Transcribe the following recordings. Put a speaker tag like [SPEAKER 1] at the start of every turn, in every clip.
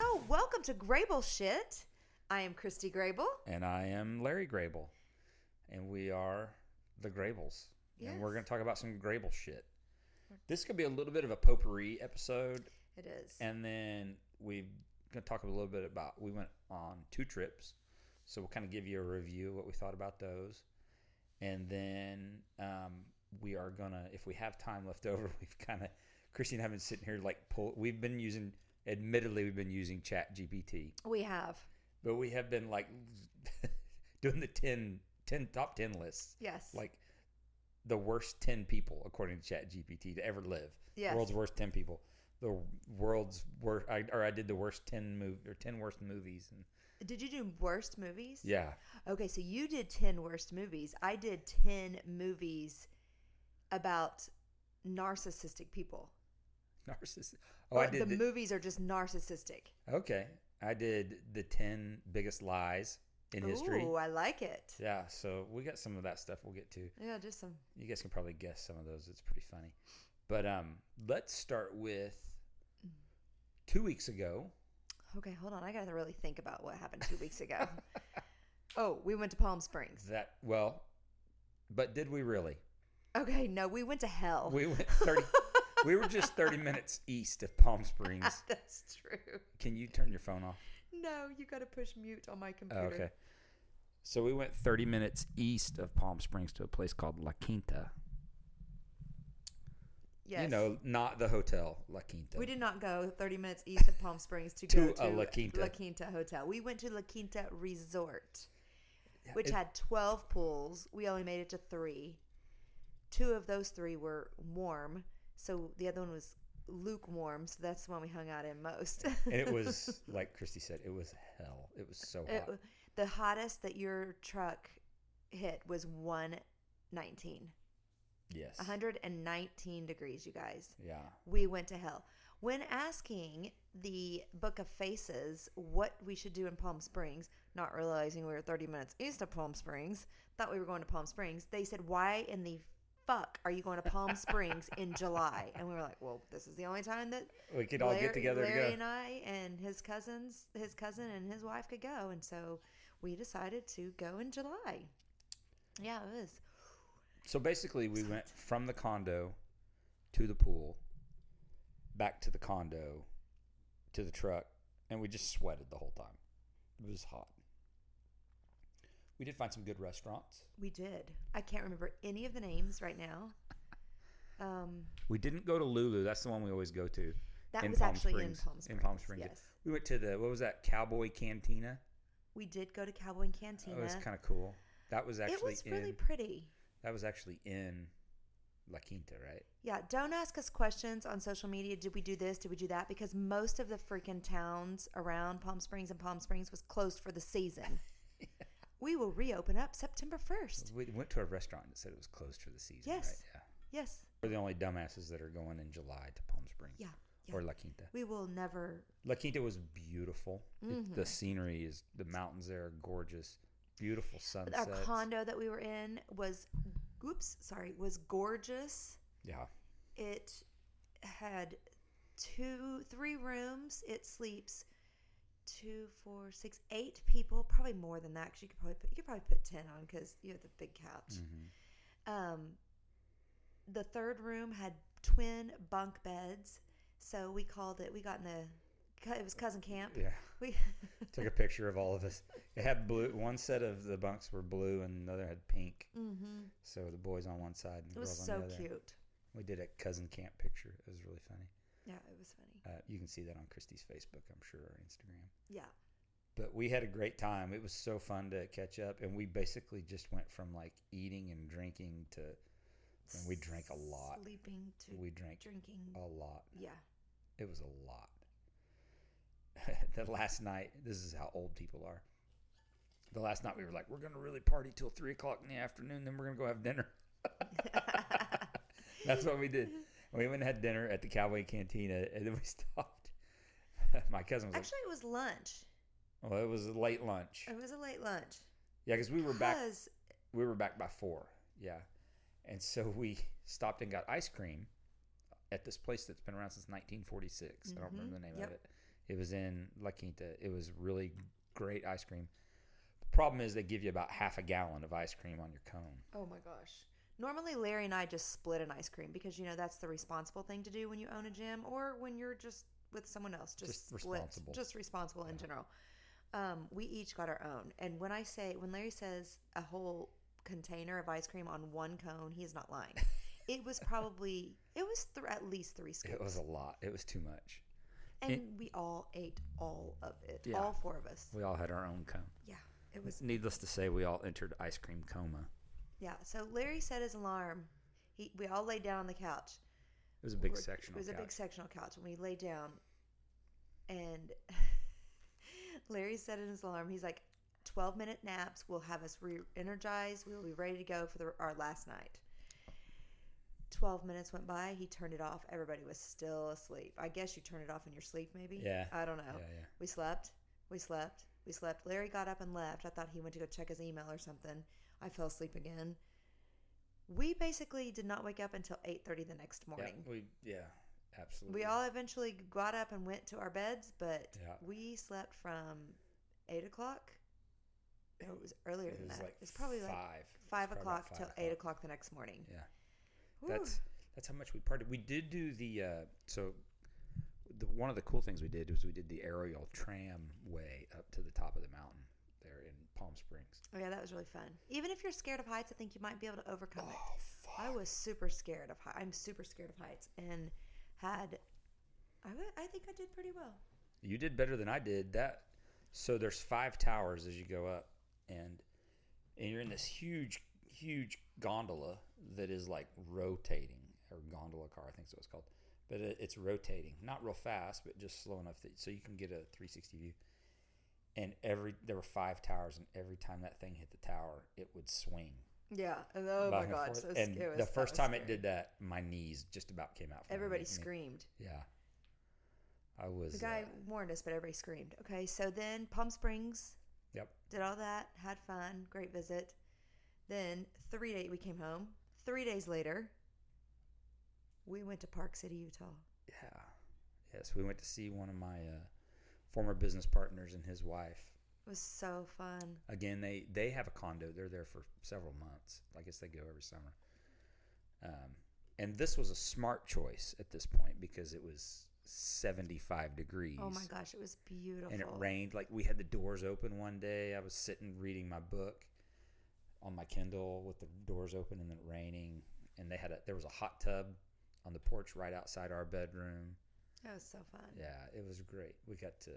[SPEAKER 1] Oh, welcome to Grable Shit. I am Christy Grable.
[SPEAKER 2] And I am Larry Grable. And we are the Grables. And we're
[SPEAKER 1] Yes.
[SPEAKER 2] going to talk about some Grable shit. This could be a little bit of a potpourri episode.
[SPEAKER 1] It is.
[SPEAKER 2] And then we're going to talk a little bit about, we went on two trips. So we'll kind of give you a review of what we thought about those. And then um, we are going to, if we have time left over, we've kind of, Christy and I have been sitting here like, pull, we've been using, admittedly, we've been using Chat GPT
[SPEAKER 1] we have.
[SPEAKER 2] but we have been like doing the 10, 10 top 10 lists
[SPEAKER 1] Yes.
[SPEAKER 2] like the worst 10 people according to chat gpt to ever live
[SPEAKER 1] Yes.
[SPEAKER 2] world's worst 10 people the world's worst I, or i did the worst 10 move or 10 worst movies and
[SPEAKER 1] did you do worst movies?
[SPEAKER 2] yeah
[SPEAKER 1] Okay, so you did 10 worst movies. I did 10 movies about narcissistic people.
[SPEAKER 2] narcissist oh i
[SPEAKER 1] Or
[SPEAKER 2] did
[SPEAKER 1] the
[SPEAKER 2] the,
[SPEAKER 1] movies are just narcissistic.
[SPEAKER 2] okay i did the 10 biggest lies in history
[SPEAKER 1] Ooh, I like it.
[SPEAKER 2] yeah so we got some of that stuff we'll get to
[SPEAKER 1] Yeah, just some.
[SPEAKER 2] you guys can probably guess some of those. It's pretty funny. But um, let's start with two weeks ago.
[SPEAKER 1] Okay, hold on. I got to really think about what happened two weeks ago. oh, we went to Palm Springs.
[SPEAKER 2] That well, but did we really?
[SPEAKER 1] Okay, no, we went to hell.
[SPEAKER 2] We went thirty. we were just thirty minutes east of Palm Springs.
[SPEAKER 1] That's true.
[SPEAKER 2] Can you turn your phone off?
[SPEAKER 1] No, you got to push mute on my
[SPEAKER 2] Oh,
[SPEAKER 1] computer.
[SPEAKER 2] okay. So we went thirty minutes east of Palm Springs to a place called La Quinta.
[SPEAKER 1] Yes.
[SPEAKER 2] You know, not the hotel La Quinta.
[SPEAKER 1] we did not go 30 minutes east of Palm Springs to, go
[SPEAKER 2] To
[SPEAKER 1] to
[SPEAKER 2] a La Quinta.
[SPEAKER 1] La Quinta Hotel. We went to La Quinta Resort, which
[SPEAKER 2] it-
[SPEAKER 1] had 12 pools. We only made it to three. Two of those three were warm, so the other one was lukewarm. So that's the one we hung out in most.
[SPEAKER 2] and it was like Christy said, it was hell. It was so hot.
[SPEAKER 1] It- the hottest that your truck hit was 119.
[SPEAKER 2] yes.
[SPEAKER 1] 119 degrees, you guys.
[SPEAKER 2] Yeah.
[SPEAKER 1] we went to hell. When asking the Book of Faces what we should do in Palm Springs, not realizing we were 30 minutes east of Palm Springs, thought we were going to Palm Springs, they said, Why in the fuck are you going to Palm Springs in July? And we were like, Well, this is the only time that
[SPEAKER 2] We could all get together
[SPEAKER 1] Larry
[SPEAKER 2] to go.
[SPEAKER 1] and I and his cousins, his cousin and his wife could go. And so we decided to go in July. Yeah, it was.
[SPEAKER 2] So basically, we went from the condo to the pool, back to the condo, to the truck, and we just sweated the whole time. It was hot. We did find some good restaurants.
[SPEAKER 1] We did. I can't remember any of the names right now. Um,
[SPEAKER 2] We didn't go to Lulu. That's the one we always go to.
[SPEAKER 1] That was actually in Palm
[SPEAKER 2] In Palm
[SPEAKER 1] Springs,
[SPEAKER 2] Springs.
[SPEAKER 1] yes.
[SPEAKER 2] We went to the what was that Cowboy Cantina?
[SPEAKER 1] We did go to Cowboy and Cantina.
[SPEAKER 2] That was kind of cool. That was actually
[SPEAKER 1] it was really
[SPEAKER 2] in.
[SPEAKER 1] pretty.
[SPEAKER 2] That was actually in La Quinta, right?
[SPEAKER 1] Yeah, don't ask us questions on social media. Did we do this? Did we do that? Because most of the freaking towns around Palm Springs and Palm Springs was closed for the season. We will reopen up September 1st.
[SPEAKER 2] We went to a restaurant that said it was closed for the season.
[SPEAKER 1] Yes.
[SPEAKER 2] Right? Yeah.
[SPEAKER 1] Yes.
[SPEAKER 2] We're the only dumbasses that are going in July to Palm Springs.
[SPEAKER 1] Yeah. yeah.
[SPEAKER 2] Or La Quinta.
[SPEAKER 1] we will never.
[SPEAKER 2] La Quinta was beautiful. It-
[SPEAKER 1] Mm-hmm.
[SPEAKER 2] the scenery is, the mountains there are gorgeous. Beautiful
[SPEAKER 1] Our
[SPEAKER 2] sunsets.
[SPEAKER 1] condo that we were in was, oops, sorry, was gorgeous.
[SPEAKER 2] yeah.
[SPEAKER 1] It had two, three rooms. It sleeps two, four, six, eight people. Probably more than that because you could probably put you could probably put ten on because you have the big couch.
[SPEAKER 2] Mm. Mm-hmm.
[SPEAKER 1] Um, the third room had twin bunk beds, so we called it. We got in the cou- it was cousin camp.
[SPEAKER 2] Yeah.
[SPEAKER 1] We
[SPEAKER 2] Took a picture of all of us. It had blue. One set of the bunks were blue and another had pink.
[SPEAKER 1] mm-hmm.
[SPEAKER 2] So the boys on one side and the
[SPEAKER 1] it was
[SPEAKER 2] girls
[SPEAKER 1] so
[SPEAKER 2] on the other.
[SPEAKER 1] cute.
[SPEAKER 2] We did a cousin camp picture. It was really funny.
[SPEAKER 1] Yeah, it was funny.
[SPEAKER 2] Uh, you can see that on Christy's Facebook, I'm sure, or Instagram.
[SPEAKER 1] Yeah,
[SPEAKER 2] but we had a great time. It was so fun to catch up, and we basically just went from like eating and drinking to, and we drank a lot.
[SPEAKER 1] sleeping to
[SPEAKER 2] We drank
[SPEAKER 1] drinking.
[SPEAKER 2] a lot.
[SPEAKER 1] Yeah.
[SPEAKER 2] It was a lot. the last night, this is how old people are. The last night we were like, we're gonna really party till three o'clock in the afternoon, then we're gonna go have dinner. That's what we did. We went and had dinner at the Cowboy Cantina, and then we stopped. My cousin was
[SPEAKER 1] Actually, it was lunch.
[SPEAKER 2] like, "Well, it was a late lunch."
[SPEAKER 1] It was a late lunch.
[SPEAKER 2] Yeah, because we were back.
[SPEAKER 1] Because
[SPEAKER 2] we were back by four. Yeah. And so we stopped and got ice cream at this place that's been around since 1946. I don't remember the name
[SPEAKER 1] Mm-hmm. Yep.
[SPEAKER 2] of it. It was in La Quinta. It was really great ice cream. Problem is, they give you about half a gallon of ice cream on your cone.
[SPEAKER 1] Oh my gosh. Normally, Larry and I just split an ice cream because you know that's the responsible thing to do when you own a gym or when you're just with someone else. Just,
[SPEAKER 2] Just
[SPEAKER 1] split,
[SPEAKER 2] responsible.
[SPEAKER 1] just responsible in general. Um, we each got our own, and when I say when Larry says a whole container of ice cream on one cone, he's not lying. it was probably it was th- at least three scoops,
[SPEAKER 2] It was a lot. It was too much.
[SPEAKER 1] and we all ate all of it,
[SPEAKER 2] Yeah.
[SPEAKER 1] all four of us.
[SPEAKER 2] We all had our own cone.
[SPEAKER 1] Yeah, it was
[SPEAKER 2] Needless to say, we all entered ice cream coma. Mm-hmm.
[SPEAKER 1] yeah. So Larry set his alarm. He, we all laid down on the couch.
[SPEAKER 2] It was a big
[SPEAKER 1] were-
[SPEAKER 2] sectional.
[SPEAKER 1] It was a big
[SPEAKER 2] couch.
[SPEAKER 1] sectional couch, and we lay down. And Larry said in his alarm, he's like, 12 minute naps will have us re energized. We will be ready to go for the, our last night. 12 minutes went by. He turned it off. Everybody was still asleep. I guess you turn it off in your sleep, maybe?
[SPEAKER 2] Yeah.
[SPEAKER 1] I don't know.
[SPEAKER 2] Yeah, yeah.
[SPEAKER 1] We slept. We slept. We slept. Larry got up and left. I thought he went to go check his email or something. I fell asleep again. We basically did not wake up until 8:30 the next morning.
[SPEAKER 2] Yeah, we yeah, absolutely.
[SPEAKER 1] We all eventually got up and went to our beds, but
[SPEAKER 2] Yeah.
[SPEAKER 1] we slept from eight o'clock. No, it was earlier
[SPEAKER 2] It
[SPEAKER 1] than
[SPEAKER 2] was
[SPEAKER 1] that.
[SPEAKER 2] like
[SPEAKER 1] it's probably
[SPEAKER 2] five.
[SPEAKER 1] like
[SPEAKER 2] It's
[SPEAKER 1] five
[SPEAKER 2] probably about
[SPEAKER 1] o'clock till eight o'clock the next morning.
[SPEAKER 2] Yeah.
[SPEAKER 1] Whew.
[SPEAKER 2] That's that's how much we partied. We did do the uh, so. The, one of the cool things we did was we did the aerial tram way up to the top of the mountain there in Palm Springs.
[SPEAKER 1] oh yeah, that was really fun. Even if you're scared of heights, I think you might be able to overcome it.
[SPEAKER 2] fuck.
[SPEAKER 1] I was super scared of heights. I'm super scared of heights, and had I, wa- I think I did pretty well.
[SPEAKER 2] You did better than I did. That so there's five towers as you go up, and and you're in this huge, huge gondola that is like rotating or gondola car, I think is what it's called. But it, it's rotating, not real fast, but just slow enough that so you can get a 360 view. And every there were five towers, and every time that thing hit the tower, it would swing.
[SPEAKER 1] Yeah. and Oh
[SPEAKER 2] back
[SPEAKER 1] my
[SPEAKER 2] and
[SPEAKER 1] god.
[SPEAKER 2] forth.
[SPEAKER 1] So
[SPEAKER 2] and
[SPEAKER 1] sc- it was-
[SPEAKER 2] the
[SPEAKER 1] that
[SPEAKER 2] first
[SPEAKER 1] was
[SPEAKER 2] time it
[SPEAKER 1] scary.
[SPEAKER 2] did that, my knees just about came out. From
[SPEAKER 1] everybody
[SPEAKER 2] underneath me.
[SPEAKER 1] screamed.
[SPEAKER 2] Yeah, I was.
[SPEAKER 1] The guy
[SPEAKER 2] uh,
[SPEAKER 1] warned us, but everybody screamed. Okay, so then Palm Springs.
[SPEAKER 2] Yep.
[SPEAKER 1] Did all that, had fun, great visit. Then three day we came home. Three days later, we went to Park City, Utah.
[SPEAKER 2] Yeah. Yes, we went to see one of my uh, former business partners and his wife.
[SPEAKER 1] It was so fun.
[SPEAKER 2] Again, they they have a condo. They're there for several months. I guess they go every summer. Um, and this was a smart choice at this point because it was 75 degrees.
[SPEAKER 1] Oh my gosh, it was beautiful.
[SPEAKER 2] And it rained. Like we had the doors open one day. I was sitting reading my book on my Kindle with the doors open and then raining. And they had a there was a hot tub on the porch right outside our bedroom.
[SPEAKER 1] That was so fun.
[SPEAKER 2] Yeah, it was great. We got to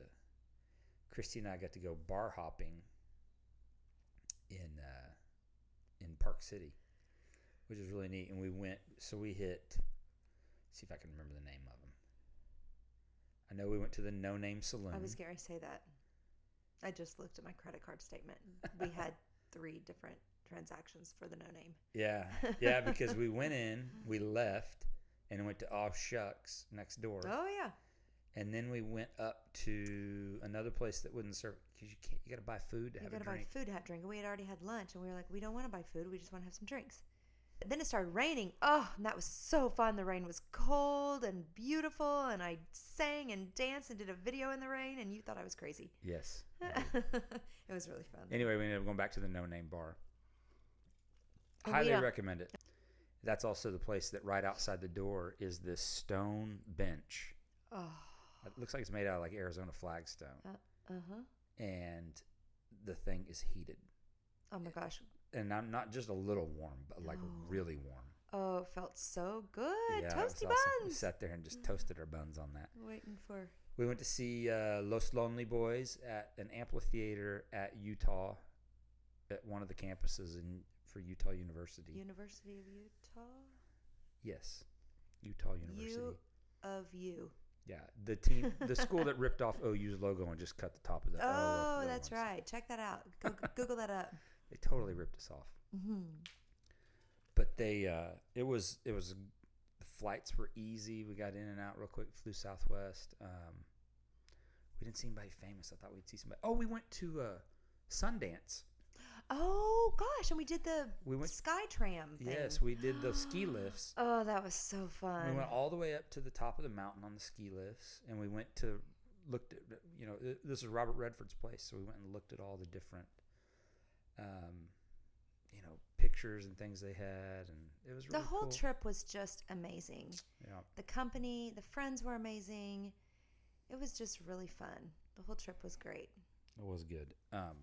[SPEAKER 2] Christy and I got to go bar hopping in uh, in Park City, which is really neat. And we went, so we hit. See if I can remember the name of them. I know we went to the No Name Saloon.
[SPEAKER 1] I was gonna say that. I just looked at my credit card statement. We had three different transactions for the no name.
[SPEAKER 2] yeah, yeah, because we went in, we left, and went to Oh Shucks next door,
[SPEAKER 1] Oh yeah.
[SPEAKER 2] and then we went up to another place that wouldn't serve because you can't. You got to buy food to
[SPEAKER 1] We
[SPEAKER 2] have
[SPEAKER 1] gotta
[SPEAKER 2] a drink.
[SPEAKER 1] buy food, to have drink. We had already had lunch, and we were like, we don't want to buy food. We just want to have some drinks. But then it started raining. Oh, and that was so fun. The rain was cold and beautiful, and I sang and danced and did a video in the rain, and you thought I was crazy.
[SPEAKER 2] Yes.
[SPEAKER 1] it was really fun.
[SPEAKER 2] Anyway, we ended up going back to the No Name Bar.
[SPEAKER 1] And we
[SPEAKER 2] Highly
[SPEAKER 1] don't-
[SPEAKER 2] recommend it. That's also the place that right outside the door is this stone bench.
[SPEAKER 1] Oh,
[SPEAKER 2] It looks like it's made out of like Arizona flagstone,
[SPEAKER 1] uh huh.
[SPEAKER 2] and the thing is heated,
[SPEAKER 1] Oh my gosh.
[SPEAKER 2] and I'm not just a little warm, but like
[SPEAKER 1] No.
[SPEAKER 2] really warm.
[SPEAKER 1] Oh, it felt so good.
[SPEAKER 2] it was
[SPEAKER 1] Toasty
[SPEAKER 2] We
[SPEAKER 1] buns.
[SPEAKER 2] sat there and just toasted our buns on that.
[SPEAKER 1] Waiting for.
[SPEAKER 2] We went to see uh, Los Lonely Boys at an amphitheater at Utah, at one of the campuses in for Utah University.
[SPEAKER 1] University of Utah.
[SPEAKER 2] Yes, Utah University.
[SPEAKER 1] U of U.
[SPEAKER 2] Yeah, the team, the school that ripped off OU's logo and just cut the top of the. O off
[SPEAKER 1] Oh,
[SPEAKER 2] the
[SPEAKER 1] that's
[SPEAKER 2] ones.
[SPEAKER 1] right. Check that out. Go- Google that up.
[SPEAKER 2] They totally ripped us off.
[SPEAKER 1] hmm
[SPEAKER 2] But they, uh, it was, it was, the flights were easy. We got in and out real quick. Flew Southwest. Um, we didn't see anybody famous. I thought we'd see somebody. Oh, we went to uh, Sundance.
[SPEAKER 1] Oh gosh, and we did the
[SPEAKER 2] We went.
[SPEAKER 1] sky tram thing.
[SPEAKER 2] Yes, we did the ski lifts.
[SPEAKER 1] Oh, that was so fun.
[SPEAKER 2] We went all the way up to the top of the mountain on the ski lifts, and we went to looked at you know th- this is Robert Redford's place, so we went and looked at all the different um, you know pictures and things they had, and it was
[SPEAKER 1] the
[SPEAKER 2] really
[SPEAKER 1] whole
[SPEAKER 2] cool.
[SPEAKER 1] trip was just amazing.
[SPEAKER 2] Yeah,
[SPEAKER 1] The company, the friends were amazing. It was just really fun. The whole trip was great.
[SPEAKER 2] it was good. Um,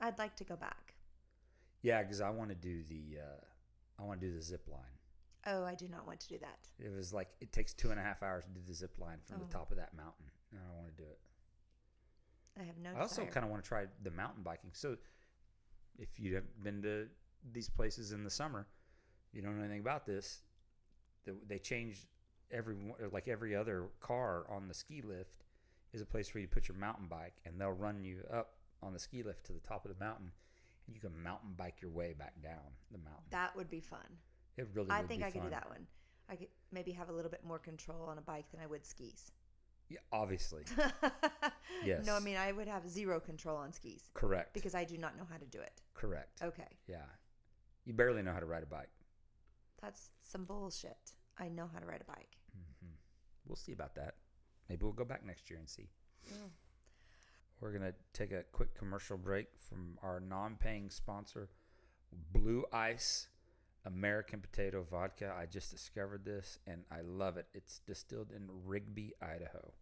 [SPEAKER 1] I'd like to go back.
[SPEAKER 2] yeah, because I want to do the uh, I want to do the zip line.
[SPEAKER 1] Oh, I do not want to do that.
[SPEAKER 2] It was like it takes two and a half hours to do the zip line from
[SPEAKER 1] Oh.
[SPEAKER 2] the top of that mountain. and I don't want to do it.
[SPEAKER 1] I have no.
[SPEAKER 2] I also
[SPEAKER 1] desire.
[SPEAKER 2] kind of want to try the mountain biking. So, if you haven't been to these places in the summer, you don't know anything about this. the- They change every one- or like every other car on the ski lift is a place where you put your mountain bike, and they'll run you up on the ski lift to the top of the mountain, and you can mountain bike your way back down the mountain.
[SPEAKER 1] that would be fun.
[SPEAKER 2] it really,
[SPEAKER 1] I
[SPEAKER 2] would
[SPEAKER 1] think
[SPEAKER 2] be
[SPEAKER 1] I could do
[SPEAKER 2] fun.
[SPEAKER 1] that one. I could maybe have a little bit more control on a bike than I would skis.
[SPEAKER 2] Yeah, obviously,
[SPEAKER 1] No, I
[SPEAKER 2] Yes.
[SPEAKER 1] mean I would have zero control on skis
[SPEAKER 2] correct,
[SPEAKER 1] because Oh. I do not know how to do it.
[SPEAKER 2] correct.
[SPEAKER 1] Okay,
[SPEAKER 2] Yeah, you barely know how to ride a bike.
[SPEAKER 1] that's some bullshit. I know how to ride a bike.
[SPEAKER 2] hmm We'll see about that. Maybe we'll go back next year and see.
[SPEAKER 1] Yeah.
[SPEAKER 2] We're going to take a quick commercial break from our non paying sponsor, Blue Ice American Potato Vodka. I just discovered this and I love it. It's distilled in Rigby, Idaho,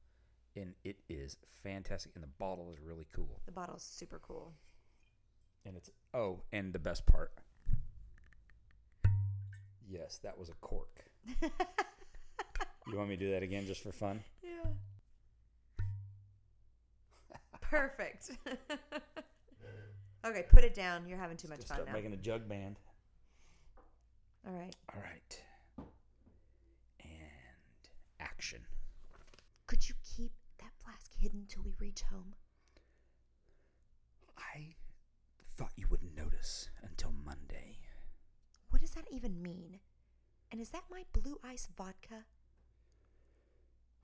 [SPEAKER 2] and it is fantastic. And the bottle is really cool.
[SPEAKER 1] The bottle's super cool.
[SPEAKER 2] And it's, oh, and the best part. Yes, that was a cork. You want me to do that again just for fun?
[SPEAKER 1] yeah. Perfect. okay, put it down. You're having too much
[SPEAKER 2] Just
[SPEAKER 1] fun
[SPEAKER 2] start
[SPEAKER 1] now.
[SPEAKER 2] making a jug band.
[SPEAKER 1] All right.
[SPEAKER 2] All right. And action.
[SPEAKER 1] Could you keep that flask hidden till we reach home?
[SPEAKER 2] I thought you wouldn't notice until Monday.
[SPEAKER 1] What does that even mean? And is that my blue ice vodka?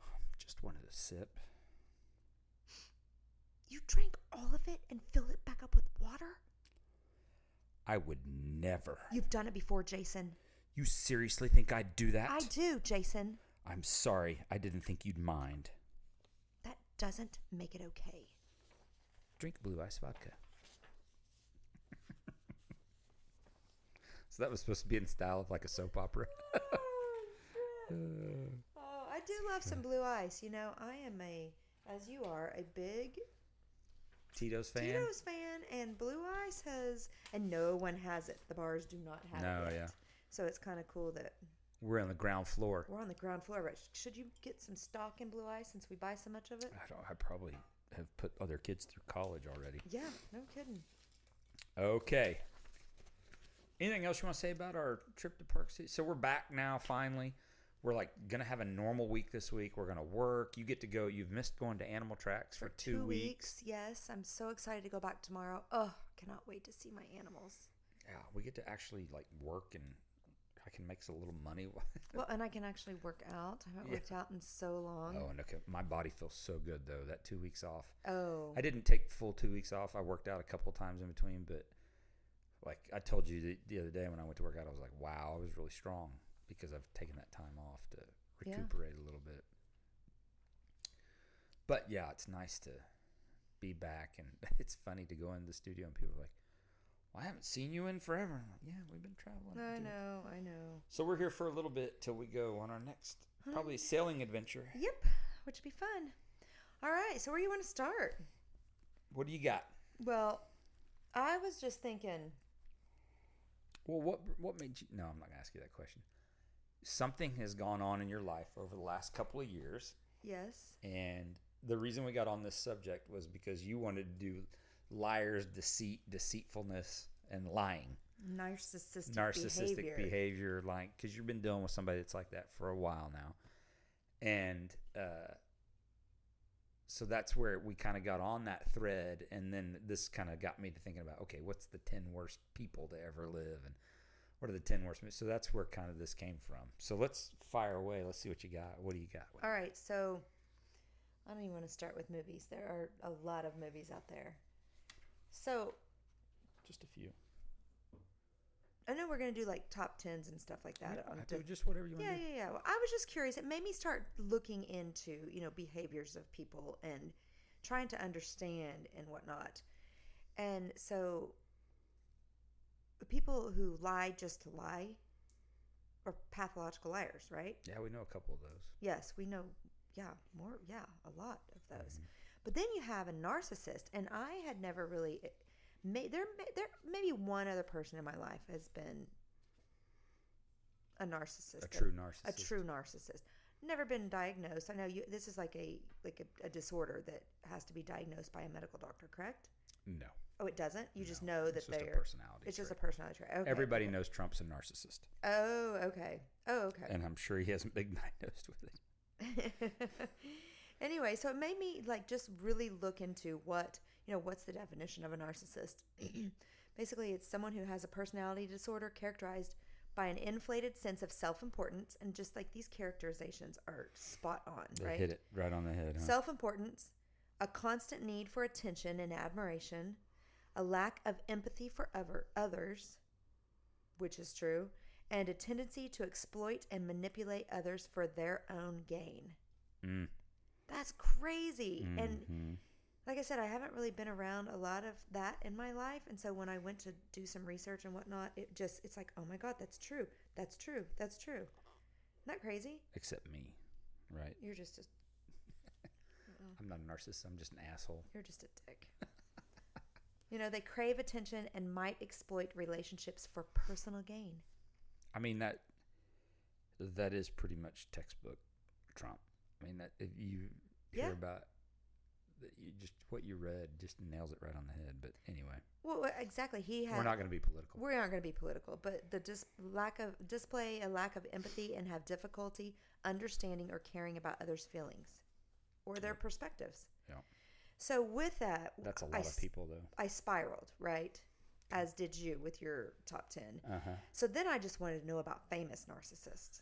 [SPEAKER 2] Um, Just wanted a sip.
[SPEAKER 1] You drank all of it and filled it back up with water?
[SPEAKER 2] I would never.
[SPEAKER 1] You've done it before, Jason.
[SPEAKER 2] You seriously think I'd do that?
[SPEAKER 1] I do, Jason.
[SPEAKER 2] I'm sorry. I didn't think you'd mind.
[SPEAKER 1] That doesn't make it okay.
[SPEAKER 2] Drink blue ice vodka. so that was supposed to be in style of like a soap opera.
[SPEAKER 1] Uh, Oh, I do love some blue ice. You know, I am a, as you are, a big
[SPEAKER 2] Tito's fan?
[SPEAKER 1] Tito's fan, and Blue Ice has, and no one has it. The bars do not have
[SPEAKER 2] No,
[SPEAKER 1] it.
[SPEAKER 2] yeah.
[SPEAKER 1] So it's kind of cool that
[SPEAKER 2] We're on the ground floor.
[SPEAKER 1] we're on the ground floor. But should you get some stock in Blue Ice since we buy so much of it?
[SPEAKER 2] I don't. I probably have put other kids through college already.
[SPEAKER 1] Yeah, no kidding.
[SPEAKER 2] Okay. Anything else you want to say about our trip to Park City? So we're back now. Finally, we're like gonna have a normal week this week. We're gonna work. You get to go. You've missed going to Animal Tracks for, two, weeks.
[SPEAKER 1] Yes, I'm so excited to go back tomorrow. Oh, cannot wait to see my animals.
[SPEAKER 2] Yeah, we get to actually like work, and I can make a little money.
[SPEAKER 1] Well, and I can actually work out. I haven't
[SPEAKER 2] Yeah.
[SPEAKER 1] worked out in so long.
[SPEAKER 2] oh, and okay, my body feels so good though. That two weeks off.
[SPEAKER 1] Oh,
[SPEAKER 2] I didn't take full two weeks off. I worked out a couple times in between, but like I told you the, the other day when I went to work out, I was like, wow, I was really strong because I've taken that time off to
[SPEAKER 1] Yeah.
[SPEAKER 2] recuperate a little bit. But yeah, it's nice to be back, and it's funny to go into the studio and people are like, well, I haven't seen you in forever. I'm like, yeah, we've been traveling.
[SPEAKER 1] I
[SPEAKER 2] dude."
[SPEAKER 1] know, I know.
[SPEAKER 2] So we're here for a little bit till we go on our next probably sailing adventure.
[SPEAKER 1] Yep, which would be fun. All right, so where do you want to start?
[SPEAKER 2] What do you got?
[SPEAKER 1] Well, I was just thinking.
[SPEAKER 2] Well, what what made you? No, I'm not gonna ask you that question. Something has gone on in your life over the last couple of years,
[SPEAKER 1] Yes.
[SPEAKER 2] and the reason we got on this subject was because you wanted to do liars, deceit, deceitfulness, and lying,
[SPEAKER 1] Narcissistic,
[SPEAKER 2] narcissistic
[SPEAKER 1] behavior.
[SPEAKER 2] behavior, like because you've been dealing with somebody that's like that for a while now, and uh, so that's where we kind of got on that thread, and then this kind of got me to thinking about okay, what's the ten worst people to ever live, and what are the 10 worst movies? So that's where kind of this came from. So let's fire away. Let's see what you got. What do you got?
[SPEAKER 1] All right, so I don't even want to start with movies. There are a lot of movies out there. So
[SPEAKER 2] Just a few.
[SPEAKER 1] I know we're gonna do like top tens and stuff like that.
[SPEAKER 2] Yeah,
[SPEAKER 1] on
[SPEAKER 2] I
[SPEAKER 1] diff-
[SPEAKER 2] do just whatever you want
[SPEAKER 1] yeah,
[SPEAKER 2] to do.
[SPEAKER 1] yeah, yeah. Well, I was just curious. It made me start looking into, you know, behaviors of people and trying to understand and whatnot. And so, people who lie just to lie are pathological liars, right?
[SPEAKER 2] Yeah. we know a couple of those.
[SPEAKER 1] Yes, we know. Yeah, more. Yeah, a lot of those.
[SPEAKER 2] Mm-hmm.
[SPEAKER 1] But then you have a narcissist, and I had never really. May, there, may- there maybe one other person in my life has been a narcissist.
[SPEAKER 2] A
[SPEAKER 1] that-
[SPEAKER 2] true narcissist.
[SPEAKER 1] a true narcissist. Never been diagnosed. I know you. This is like a like a, a disorder that has to be diagnosed by a medical doctor, correct?
[SPEAKER 2] No.
[SPEAKER 1] Oh, it doesn't. You just
[SPEAKER 2] no,
[SPEAKER 1] know that
[SPEAKER 2] it's just a
[SPEAKER 1] they're.
[SPEAKER 2] personality.
[SPEAKER 1] It's just a
[SPEAKER 2] trait.
[SPEAKER 1] personality trait. Okay.
[SPEAKER 2] Everybody knows Trump's a narcissist,
[SPEAKER 1] Oh, okay. Oh, okay.
[SPEAKER 2] and I'm sure he hasn't been diagnosed with it.
[SPEAKER 1] anyway, so it made me like just really look into what you know what's the definition of a narcissist. Basically, it's someone who has a personality disorder characterized by an inflated sense of self-importance, and just like these characterizations are spot on,
[SPEAKER 2] They
[SPEAKER 1] right?
[SPEAKER 2] hit it right on the head. Huh?
[SPEAKER 1] Self importance, a constant need for attention and admiration, a lack of empathy for other, others, which is true, and a tendency to exploit and manipulate others for their own gain.
[SPEAKER 2] mm.
[SPEAKER 1] That's crazy. And
[SPEAKER 2] mhm.
[SPEAKER 1] like I said, I haven't really been around a lot of that in my life. And so when I went to do some research and whatnot, it just, it's like, oh my God, that's true. That's true. That's true. Isn't that crazy?
[SPEAKER 2] except me, right?
[SPEAKER 1] You're just a, Oh.
[SPEAKER 2] I'm not a narcissist. I'm just an asshole.
[SPEAKER 1] You're just a dick. you know, they crave attention and might exploit relationships for personal gain.
[SPEAKER 2] I mean that that is pretty much textbook Trump. I mean that if you hear
[SPEAKER 1] Yeah.
[SPEAKER 2] about that you just what you read just nails it right on the head. But anyway,
[SPEAKER 1] Well, well, exactly. He had.
[SPEAKER 2] we're not going to be political.
[SPEAKER 1] we aren't going to be political, but the dis- lack of display a lack of empathy and have difficulty understanding or caring about others' feelings or their perspectives.
[SPEAKER 2] Yeah.
[SPEAKER 1] So with that,
[SPEAKER 2] That's a
[SPEAKER 1] I
[SPEAKER 2] lot of
[SPEAKER 1] s-
[SPEAKER 2] people though.
[SPEAKER 1] I spiraled, right? As did you with your top 10.
[SPEAKER 2] Uh-huh.
[SPEAKER 1] So then I just wanted to know about famous narcissists.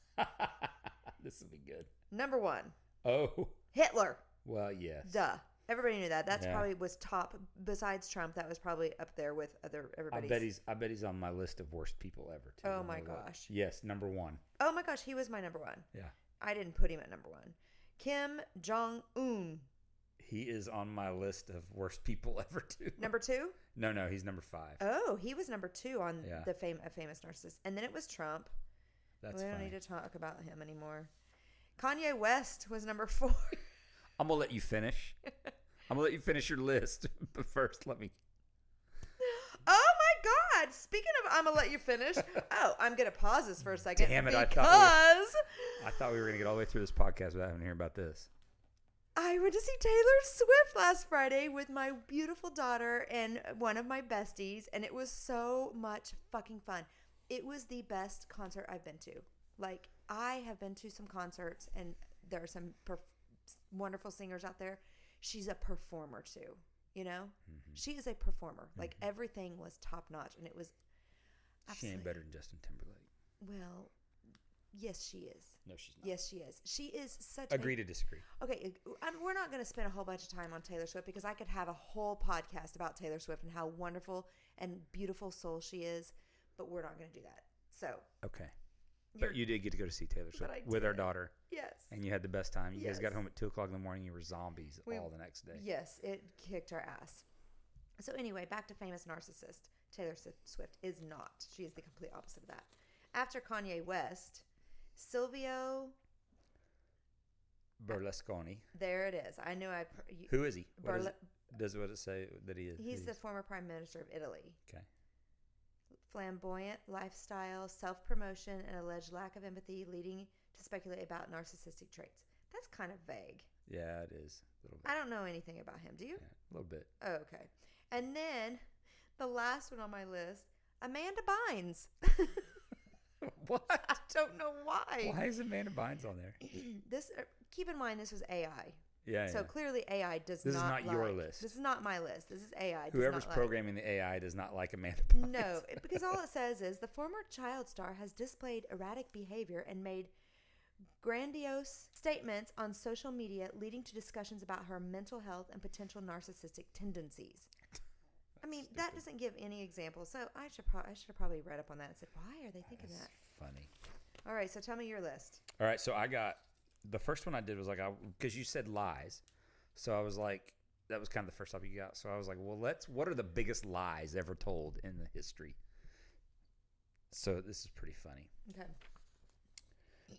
[SPEAKER 2] this will be good.
[SPEAKER 1] Number 1,
[SPEAKER 2] Oh,
[SPEAKER 1] Hitler.
[SPEAKER 2] well, yes.
[SPEAKER 1] Duh. Everybody knew that. That's
[SPEAKER 2] Yeah.
[SPEAKER 1] probably was top besides Trump. That was probably up there with other
[SPEAKER 2] I
[SPEAKER 1] everybody's.
[SPEAKER 2] bet he's I bet he's on my list of worst people ever too.
[SPEAKER 1] Oh
[SPEAKER 2] no
[SPEAKER 1] my
[SPEAKER 2] matter what.
[SPEAKER 1] gosh.
[SPEAKER 2] Yes, number 1.
[SPEAKER 1] oh my gosh, he was my number one.
[SPEAKER 2] Yeah.
[SPEAKER 1] I didn't put him at number one. Kim Jong Un,
[SPEAKER 2] He is on my list of worst people ever too.
[SPEAKER 1] number two.
[SPEAKER 2] No, no, he's number 5.
[SPEAKER 1] Oh, he was number two on
[SPEAKER 2] Yeah.
[SPEAKER 1] the fame a famous narcissist, and then it was Trump.
[SPEAKER 2] That's
[SPEAKER 1] we don't
[SPEAKER 2] funny.
[SPEAKER 1] need to talk about him anymore. Kanye West was number four.
[SPEAKER 2] I'm gonna let you finish. I'm gonna let you finish your list, but first let me.
[SPEAKER 1] oh my God! Speaking of, I'm gonna let you finish. oh, I'm gonna pause this for a second.
[SPEAKER 2] Damn it, I
[SPEAKER 1] because
[SPEAKER 2] thought I thought we were gonna get all the way through this podcast without having to hear about this.
[SPEAKER 1] I went to see Taylor Swift last Friday with my beautiful daughter and one of my besties, and it was so much fucking fun. It was the best concert I've been to. Like, I have been to some concerts, and there are some perf- wonderful singers out there. She's a performer, too. You know,
[SPEAKER 2] Mm-hmm.
[SPEAKER 1] she is a performer. Like, everything was top notch, and it was
[SPEAKER 2] She ain't
[SPEAKER 1] absolutely.
[SPEAKER 2] better than Justin Timberlake.
[SPEAKER 1] Well, yes, she is.
[SPEAKER 2] No, she's not.
[SPEAKER 1] Yes, she is. She is such a
[SPEAKER 2] Agree to disagree.
[SPEAKER 1] Okay, I mean, we're not going to spend a whole bunch of time on Taylor Swift because I could have a whole podcast about Taylor Swift and how wonderful and beautiful soul she is, but we're not going to do that. So,
[SPEAKER 2] Okay,
[SPEAKER 1] you're-
[SPEAKER 2] but you did get to go to see Taylor Swift
[SPEAKER 1] I
[SPEAKER 2] with our
[SPEAKER 1] did.
[SPEAKER 2] daughter,
[SPEAKER 1] yes,
[SPEAKER 2] and you had the best time. You guys
[SPEAKER 1] Yes.
[SPEAKER 2] got home at two o'clock in the morning. You were zombies
[SPEAKER 1] We-
[SPEAKER 2] all the next day.
[SPEAKER 1] yes, it kicked our ass. So anyway, back to famous narcissist Taylor Swi- Swift is not. She is the complete opposite of that. After Kanye West, Silvio,
[SPEAKER 2] Berlusconi.
[SPEAKER 1] there it is. I knew I. pr- you-
[SPEAKER 2] Who is he? What is
[SPEAKER 1] Berlu-
[SPEAKER 2] it- does what it say that he is?
[SPEAKER 1] he's the former prime minister of Italy.
[SPEAKER 2] okay.
[SPEAKER 1] flamboyant lifestyle, self promotion, and alleged lack of empathy, leading to speculate about narcissistic traits. That's kind of vague.
[SPEAKER 2] Yeah, it is a little bit.
[SPEAKER 1] I don't know anything about him. Do you?
[SPEAKER 2] Yeah, a little bit.
[SPEAKER 1] Oh, okay. And then the last one on my list Amanda Bynes.
[SPEAKER 2] what?
[SPEAKER 1] I don't know why.
[SPEAKER 2] Why is Amanda Bynes on there?
[SPEAKER 1] This uh, keep in mind this was AI.
[SPEAKER 2] Yeah.
[SPEAKER 1] So
[SPEAKER 2] yeah.
[SPEAKER 1] clearly AI does
[SPEAKER 2] This is
[SPEAKER 1] not
[SPEAKER 2] not your
[SPEAKER 1] like-
[SPEAKER 2] list.
[SPEAKER 1] This is not my list. This is AI. does
[SPEAKER 2] Whoever's
[SPEAKER 1] not like-
[SPEAKER 2] programming the AI does not like Amanda Bynes.
[SPEAKER 1] No, it- because all it says is the former child star has displayed erratic behavior and made grandiose statements on social media, leading to discussions about her mental health and potential narcissistic tendencies. I mean,
[SPEAKER 2] That's
[SPEAKER 1] that
[SPEAKER 2] stupid.
[SPEAKER 1] doesn't give any example, so I should pro- I should have probably read up on that and said, why are they thinking
[SPEAKER 2] That's
[SPEAKER 1] that?
[SPEAKER 2] funny.
[SPEAKER 1] All right, so tell me your list.
[SPEAKER 2] All right, so I got the first one I did was like I because you said lies, so I was like that was kind of the first topic you got. So I was like, well, let's what are the biggest lies ever told in the history? So this is pretty funny.
[SPEAKER 1] Okay.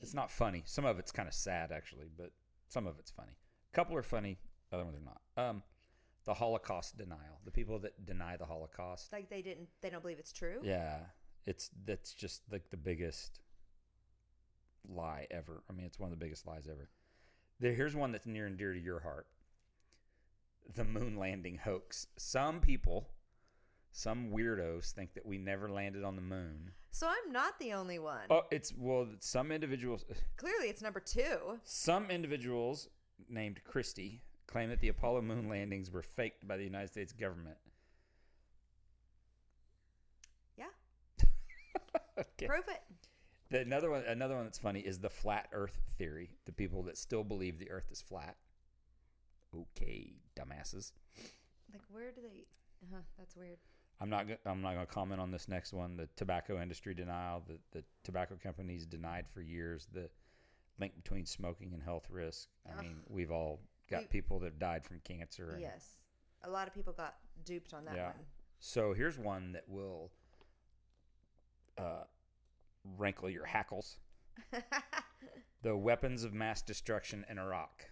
[SPEAKER 2] It's not funny. Some of it's kind of sad actually, but some of it's funny. A couple are funny, other ones are not. Um, the Holocaust denial. The people that deny the Holocaust.
[SPEAKER 1] Like they didn't, they don't believe it's true.
[SPEAKER 2] Yeah, it's that's just like the biggest lie ever. I mean, it's one of the biggest lies ever. There, here's one that's near and dear to your heart: the moon landing hoax. Some people, some weirdos, think that we never landed on the moon.
[SPEAKER 1] So I'm not the only one.
[SPEAKER 2] Oh, it's well, some individuals,
[SPEAKER 1] Clearly, it's number two.
[SPEAKER 2] some individuals named Christie claim that the Apollo moon landings were faked by the United States government.
[SPEAKER 1] Yeah.
[SPEAKER 2] Okay.
[SPEAKER 1] Prove it.
[SPEAKER 2] The, another one, another one that's funny is the flat Earth theory. The people that still believe the Earth is flat. Okay, dumbasses.
[SPEAKER 1] Like, where do they? Uh-huh, that's weird.
[SPEAKER 2] I'm not. go- I'm not going to comment on this next one. The tobacco industry denial. The the tobacco companies denied for years the link between smoking and health risk. I
[SPEAKER 1] Ugh.
[SPEAKER 2] mean, we've all got
[SPEAKER 1] We-
[SPEAKER 2] people that have died from cancer. And,
[SPEAKER 1] Yes, a lot of people got duped on that
[SPEAKER 2] Yeah.
[SPEAKER 1] one.
[SPEAKER 2] So here's one that will uh, rankle your hackles. the weapons of mass destruction in Iraq.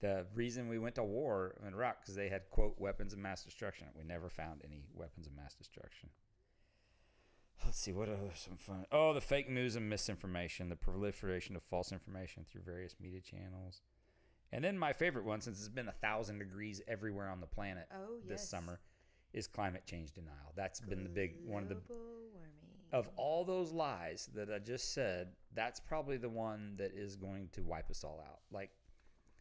[SPEAKER 2] The reason we went to war in Iraq because they had quote weapons of mass destruction. We never found any weapons of mass destruction. Let's see what other some fun. Oh, the fake news and misinformation, the proliferation of false information through various media channels, and then my favorite one, since it's been a thousand degrees everywhere on the planet
[SPEAKER 1] Oh,
[SPEAKER 2] this
[SPEAKER 1] yes.
[SPEAKER 2] summer, is climate change denial. That's been the big one of the
[SPEAKER 1] Global warming.
[SPEAKER 2] of all those lies that I just said, that's probably the one that is going to wipe us all out. Like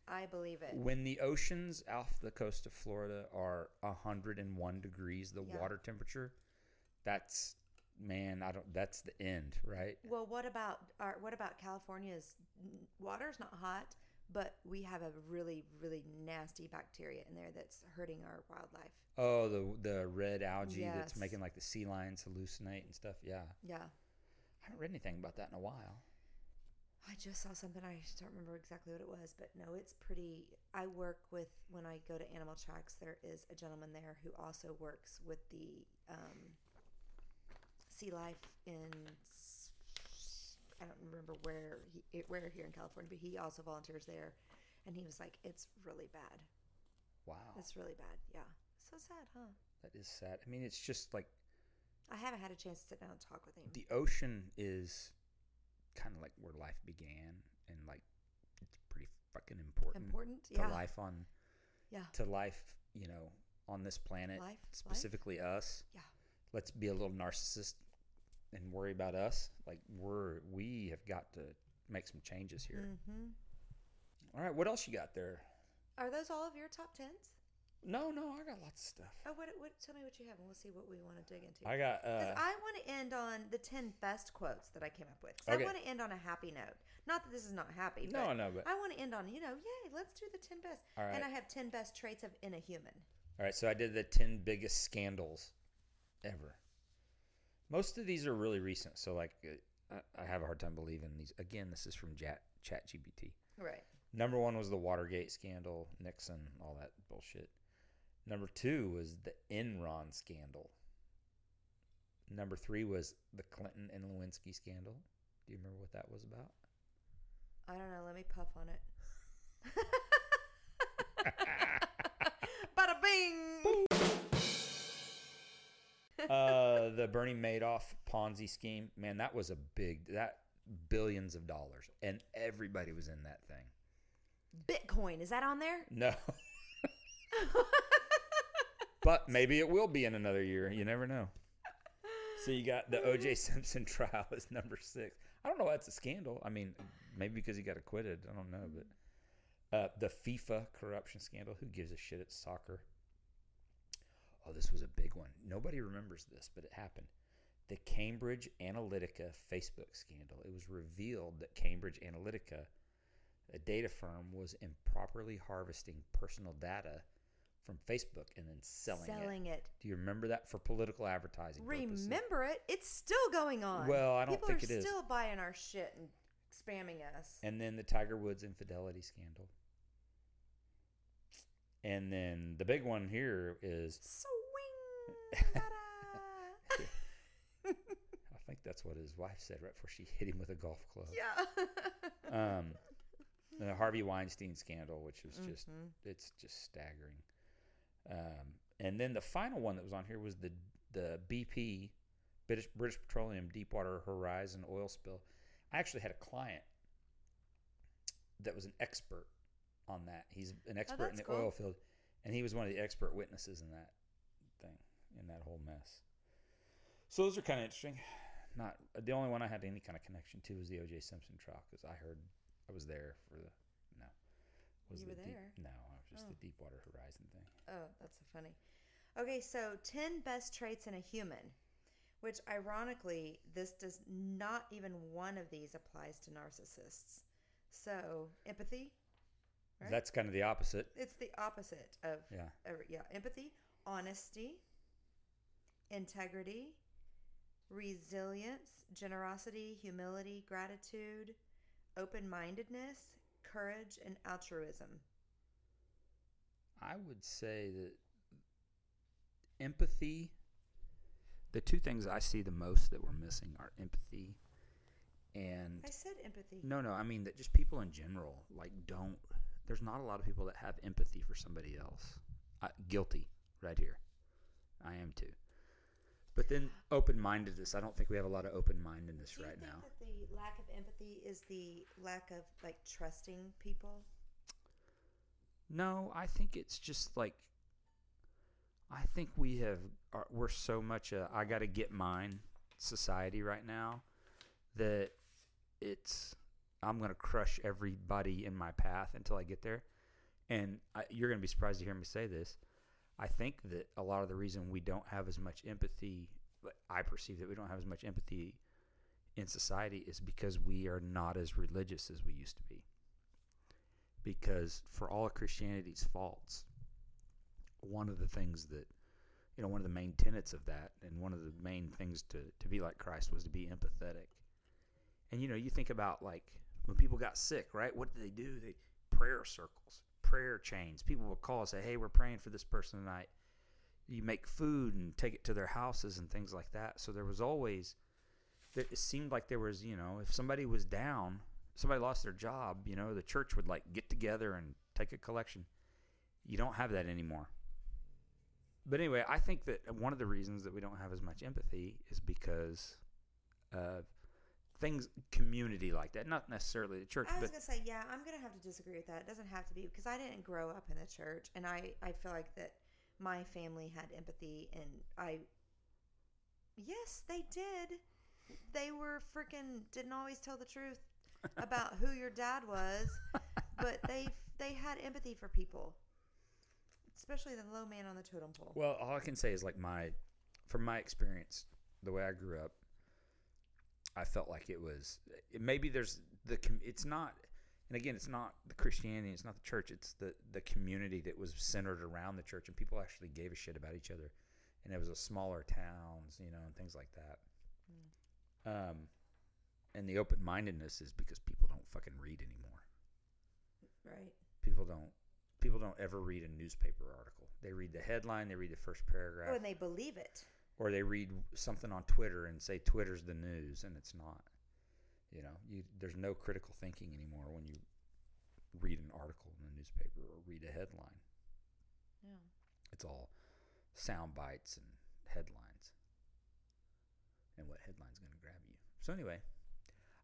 [SPEAKER 1] I believe it.
[SPEAKER 2] when the oceans off the coast of Florida are 101 degrees, the
[SPEAKER 1] Yeah.
[SPEAKER 2] water temperature, that's man, I don't that's the end, right?
[SPEAKER 1] Well, what about our, what about California's n- water's not hot, but we have a really really nasty bacteria in there that's hurting our wildlife.
[SPEAKER 2] Oh, the the red algae that's
[SPEAKER 1] Yes.
[SPEAKER 2] making like the sea lions hallucinate and stuff. Yeah.
[SPEAKER 1] Yeah,
[SPEAKER 2] I haven't read anything about that in a while.
[SPEAKER 1] I just saw something. I just don't remember exactly what it was, but no, it's pretty. I work with when I go to Animal Tracks. There is a gentleman there who also works with the um, sea life in. s- I don't remember where he, it- where here in California, but he also volunteers there, and he was like, "It's really bad.
[SPEAKER 2] Wow.
[SPEAKER 1] It's really bad. Yeah, so sad, huh?
[SPEAKER 2] That is sad. I mean, it's just like
[SPEAKER 1] I haven't had a chance to sit down and talk with him.
[SPEAKER 2] the ocean is kind of like where life began and like it's pretty fucking important,
[SPEAKER 1] Important,
[SPEAKER 2] to
[SPEAKER 1] yeah,
[SPEAKER 2] life on
[SPEAKER 1] yeah,
[SPEAKER 2] to life you know on this planet
[SPEAKER 1] Life, life.
[SPEAKER 2] specifically us
[SPEAKER 1] Yeah.
[SPEAKER 2] let's be a little narcissist and worry about us like we're we have got to make some changes here
[SPEAKER 1] hmm
[SPEAKER 2] All right what else you got there
[SPEAKER 1] Are those all of your top tens?
[SPEAKER 2] no no i got lots of stuff
[SPEAKER 1] Oh, what, what? Tell me what you have, and we'll see what we want to dig into.
[SPEAKER 2] i got
[SPEAKER 1] Because
[SPEAKER 2] uh
[SPEAKER 1] I want to end on the ten best quotes that I came up with. 'Cause
[SPEAKER 2] Okay.
[SPEAKER 1] I want to end on a happy note. Not that this is not happy.
[SPEAKER 2] no
[SPEAKER 1] but
[SPEAKER 2] no but
[SPEAKER 1] I want to end on you know, yay, let's do the ten best.
[SPEAKER 2] All right.
[SPEAKER 1] And I have ten best traits of in a human.
[SPEAKER 2] All right, so I did the 10 biggest scandals ever. Most of these are really recent, so like uh, I I have a hard time believing these. Again, this is from Chat ChatGPT.
[SPEAKER 1] Right.
[SPEAKER 2] Number 1 was the Watergate scandal, Nixon, all that bullshit. Number 2 was the Enron scandal. Number 3 was the Clinton and Lewinsky scandal. Do you remember what that was about?
[SPEAKER 1] I don't know. Let me puff on it. Bada bing.
[SPEAKER 2] uh, the Bernie Madoff Ponzi scheme, man, that was a big that billions of dollars, and everybody was in that thing.
[SPEAKER 1] Bitcoin is that on there?
[SPEAKER 2] No, but maybe it will be in another year. You never know. So you got the O.J. Simpson trial is number six. I don't know. why That's a scandal. I mean, maybe because he got acquitted. I don't know, but uh, the FIFA corruption scandal. Who gives a shit? It's soccer. Oh, this was a big one. Nobody remembers this, but it happened. The Cambridge Analytica Facebook scandal. It was revealed that Cambridge Analytica, a data firm, was improperly harvesting personal data from Facebook and then selling, it.
[SPEAKER 1] selling it.
[SPEAKER 2] Do you remember that for political advertising? purposes?
[SPEAKER 1] Remember it? It's still going on.
[SPEAKER 2] Well, I don't
[SPEAKER 1] People
[SPEAKER 2] think
[SPEAKER 1] are
[SPEAKER 2] it is.
[SPEAKER 1] still buying our shit and spamming us.
[SPEAKER 2] And then the Tiger Woods infidelity scandal. And then the big one here is
[SPEAKER 1] Swing. ta-da.
[SPEAKER 2] I think that's what his wife said right before she hit him with a golf club.
[SPEAKER 1] yeah.
[SPEAKER 2] Um, and the Harvey Weinstein scandal, which was just
[SPEAKER 1] Mhm.
[SPEAKER 2] it's just staggering. Um, and then the final one that was on here was the the BP British, British Petroleum Deepwater Horizon oil spill. I actually had a client that was an expert on that. He's an expert in
[SPEAKER 1] Oh, that's
[SPEAKER 2] the
[SPEAKER 1] cool.
[SPEAKER 2] oil field, and he was one of the expert witnesses in that thing in that whole mess. So those are kind of interesting. Not the only one I had any kind of connection to was the O.J. Simpson trial because I heard I was there for the no.
[SPEAKER 1] You
[SPEAKER 2] the
[SPEAKER 1] were
[SPEAKER 2] deep-
[SPEAKER 1] there?
[SPEAKER 2] no, I was just
[SPEAKER 1] Oh.
[SPEAKER 2] the Deepwater Horizon thing.
[SPEAKER 1] Oh, that's so funny. Okay, so 10 best traits in a human, which ironically, this does not even one of these applies to narcissists. So, empathy, Right.
[SPEAKER 2] That's kind of the opposite.
[SPEAKER 1] it's the opposite of,
[SPEAKER 2] Yeah.
[SPEAKER 1] or, yeah, empathy, honesty, integrity, resilience, generosity, humility, gratitude, open mindedness, courage, and altruism.
[SPEAKER 2] I would say that empathy. The two things I see the most that we're missing are empathy and
[SPEAKER 1] I said empathy.
[SPEAKER 2] no, no. I mean that just people in general like don't. There's not a lot of people that have empathy for somebody else. I, guilty right here. I am too. But then open mindedness. I don't think we have a lot of open mindedness
[SPEAKER 1] Do you
[SPEAKER 2] right
[SPEAKER 1] think
[SPEAKER 2] now.
[SPEAKER 1] that the lack of empathy is the lack of like trusting people?
[SPEAKER 2] No, I think it's just like I think we have are, we're so much a I got to get mine society right now that it's I'm going to crush everybody in my path until I get there. And I, you're going to be surprised to hear me say this. I think that a lot of the reason we don't have as much empathy, like, I perceive that we don't have as much empathy in society is because we are not as religious as we used to be because for all of Christianity's faults, one of the things that you know, one of the main tenets of that and one of the main things to, to be like Christ was to be empathetic. And you know, you think about like when people got sick, right? What did they do? They prayer circles, prayer chains. People would call and say, Hey, we're praying for this person tonight. You make food and take it to their houses and things like that. So there was always that it seemed like there was, you know, if somebody was down, somebody lost their job, you know, the church would like get together and take a collection. You don't have that anymore. But anyway, I think that one of the reasons that we don't have as much empathy is because of things, community like that, not necessarily the church,
[SPEAKER 1] I was
[SPEAKER 2] but
[SPEAKER 1] gonna say, yeah, I'm gonna have to disagree with that. It doesn't have to be because I didn't grow up in the church, and I I feel like that my family had empathy, and I yes, they did. They were freaking didn't always tell the truth about who your dad was, but they they had empathy for people, especially the low man on the totem pole.
[SPEAKER 2] Well, all I can say is like my, from my experience, the way I grew up, I felt like it was it, maybe there's the com- it's not, and again, it's not the Christianity, it's not the church, it's the the community that was centered around the church, and people actually gave a shit about each other, and it was a smaller towns, you know, and things like that. Um, and the open mindedness is because people don't fucking read anymore
[SPEAKER 1] Right.
[SPEAKER 2] people don't people don't ever read a newspaper article. They read the headline, they read the first paragraph,
[SPEAKER 1] Oh, and they believe it.
[SPEAKER 2] or they read something on Twitter and say Twitter's the news, and it's not. You know, you, there's no critical thinking anymore when you read an article in the newspaper or read a headline.
[SPEAKER 1] Yeah.
[SPEAKER 2] It's all sound bites and headlines, and what headline's going to grab you. So anyway,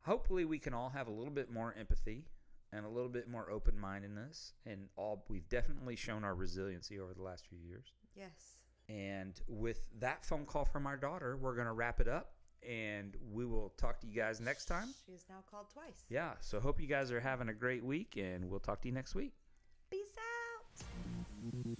[SPEAKER 2] hopefully we can all have a little bit more empathy and a little bit more open mindedness, and all we've definitely shown our resiliency over the last few years.
[SPEAKER 1] Yes.
[SPEAKER 2] And with that phone call from our daughter, we're going to wrap it up and we will talk to you guys next time.
[SPEAKER 1] She is now called twice.
[SPEAKER 2] Yeah. So hope you guys are having a great week and we'll talk to you next week.
[SPEAKER 1] Peace out.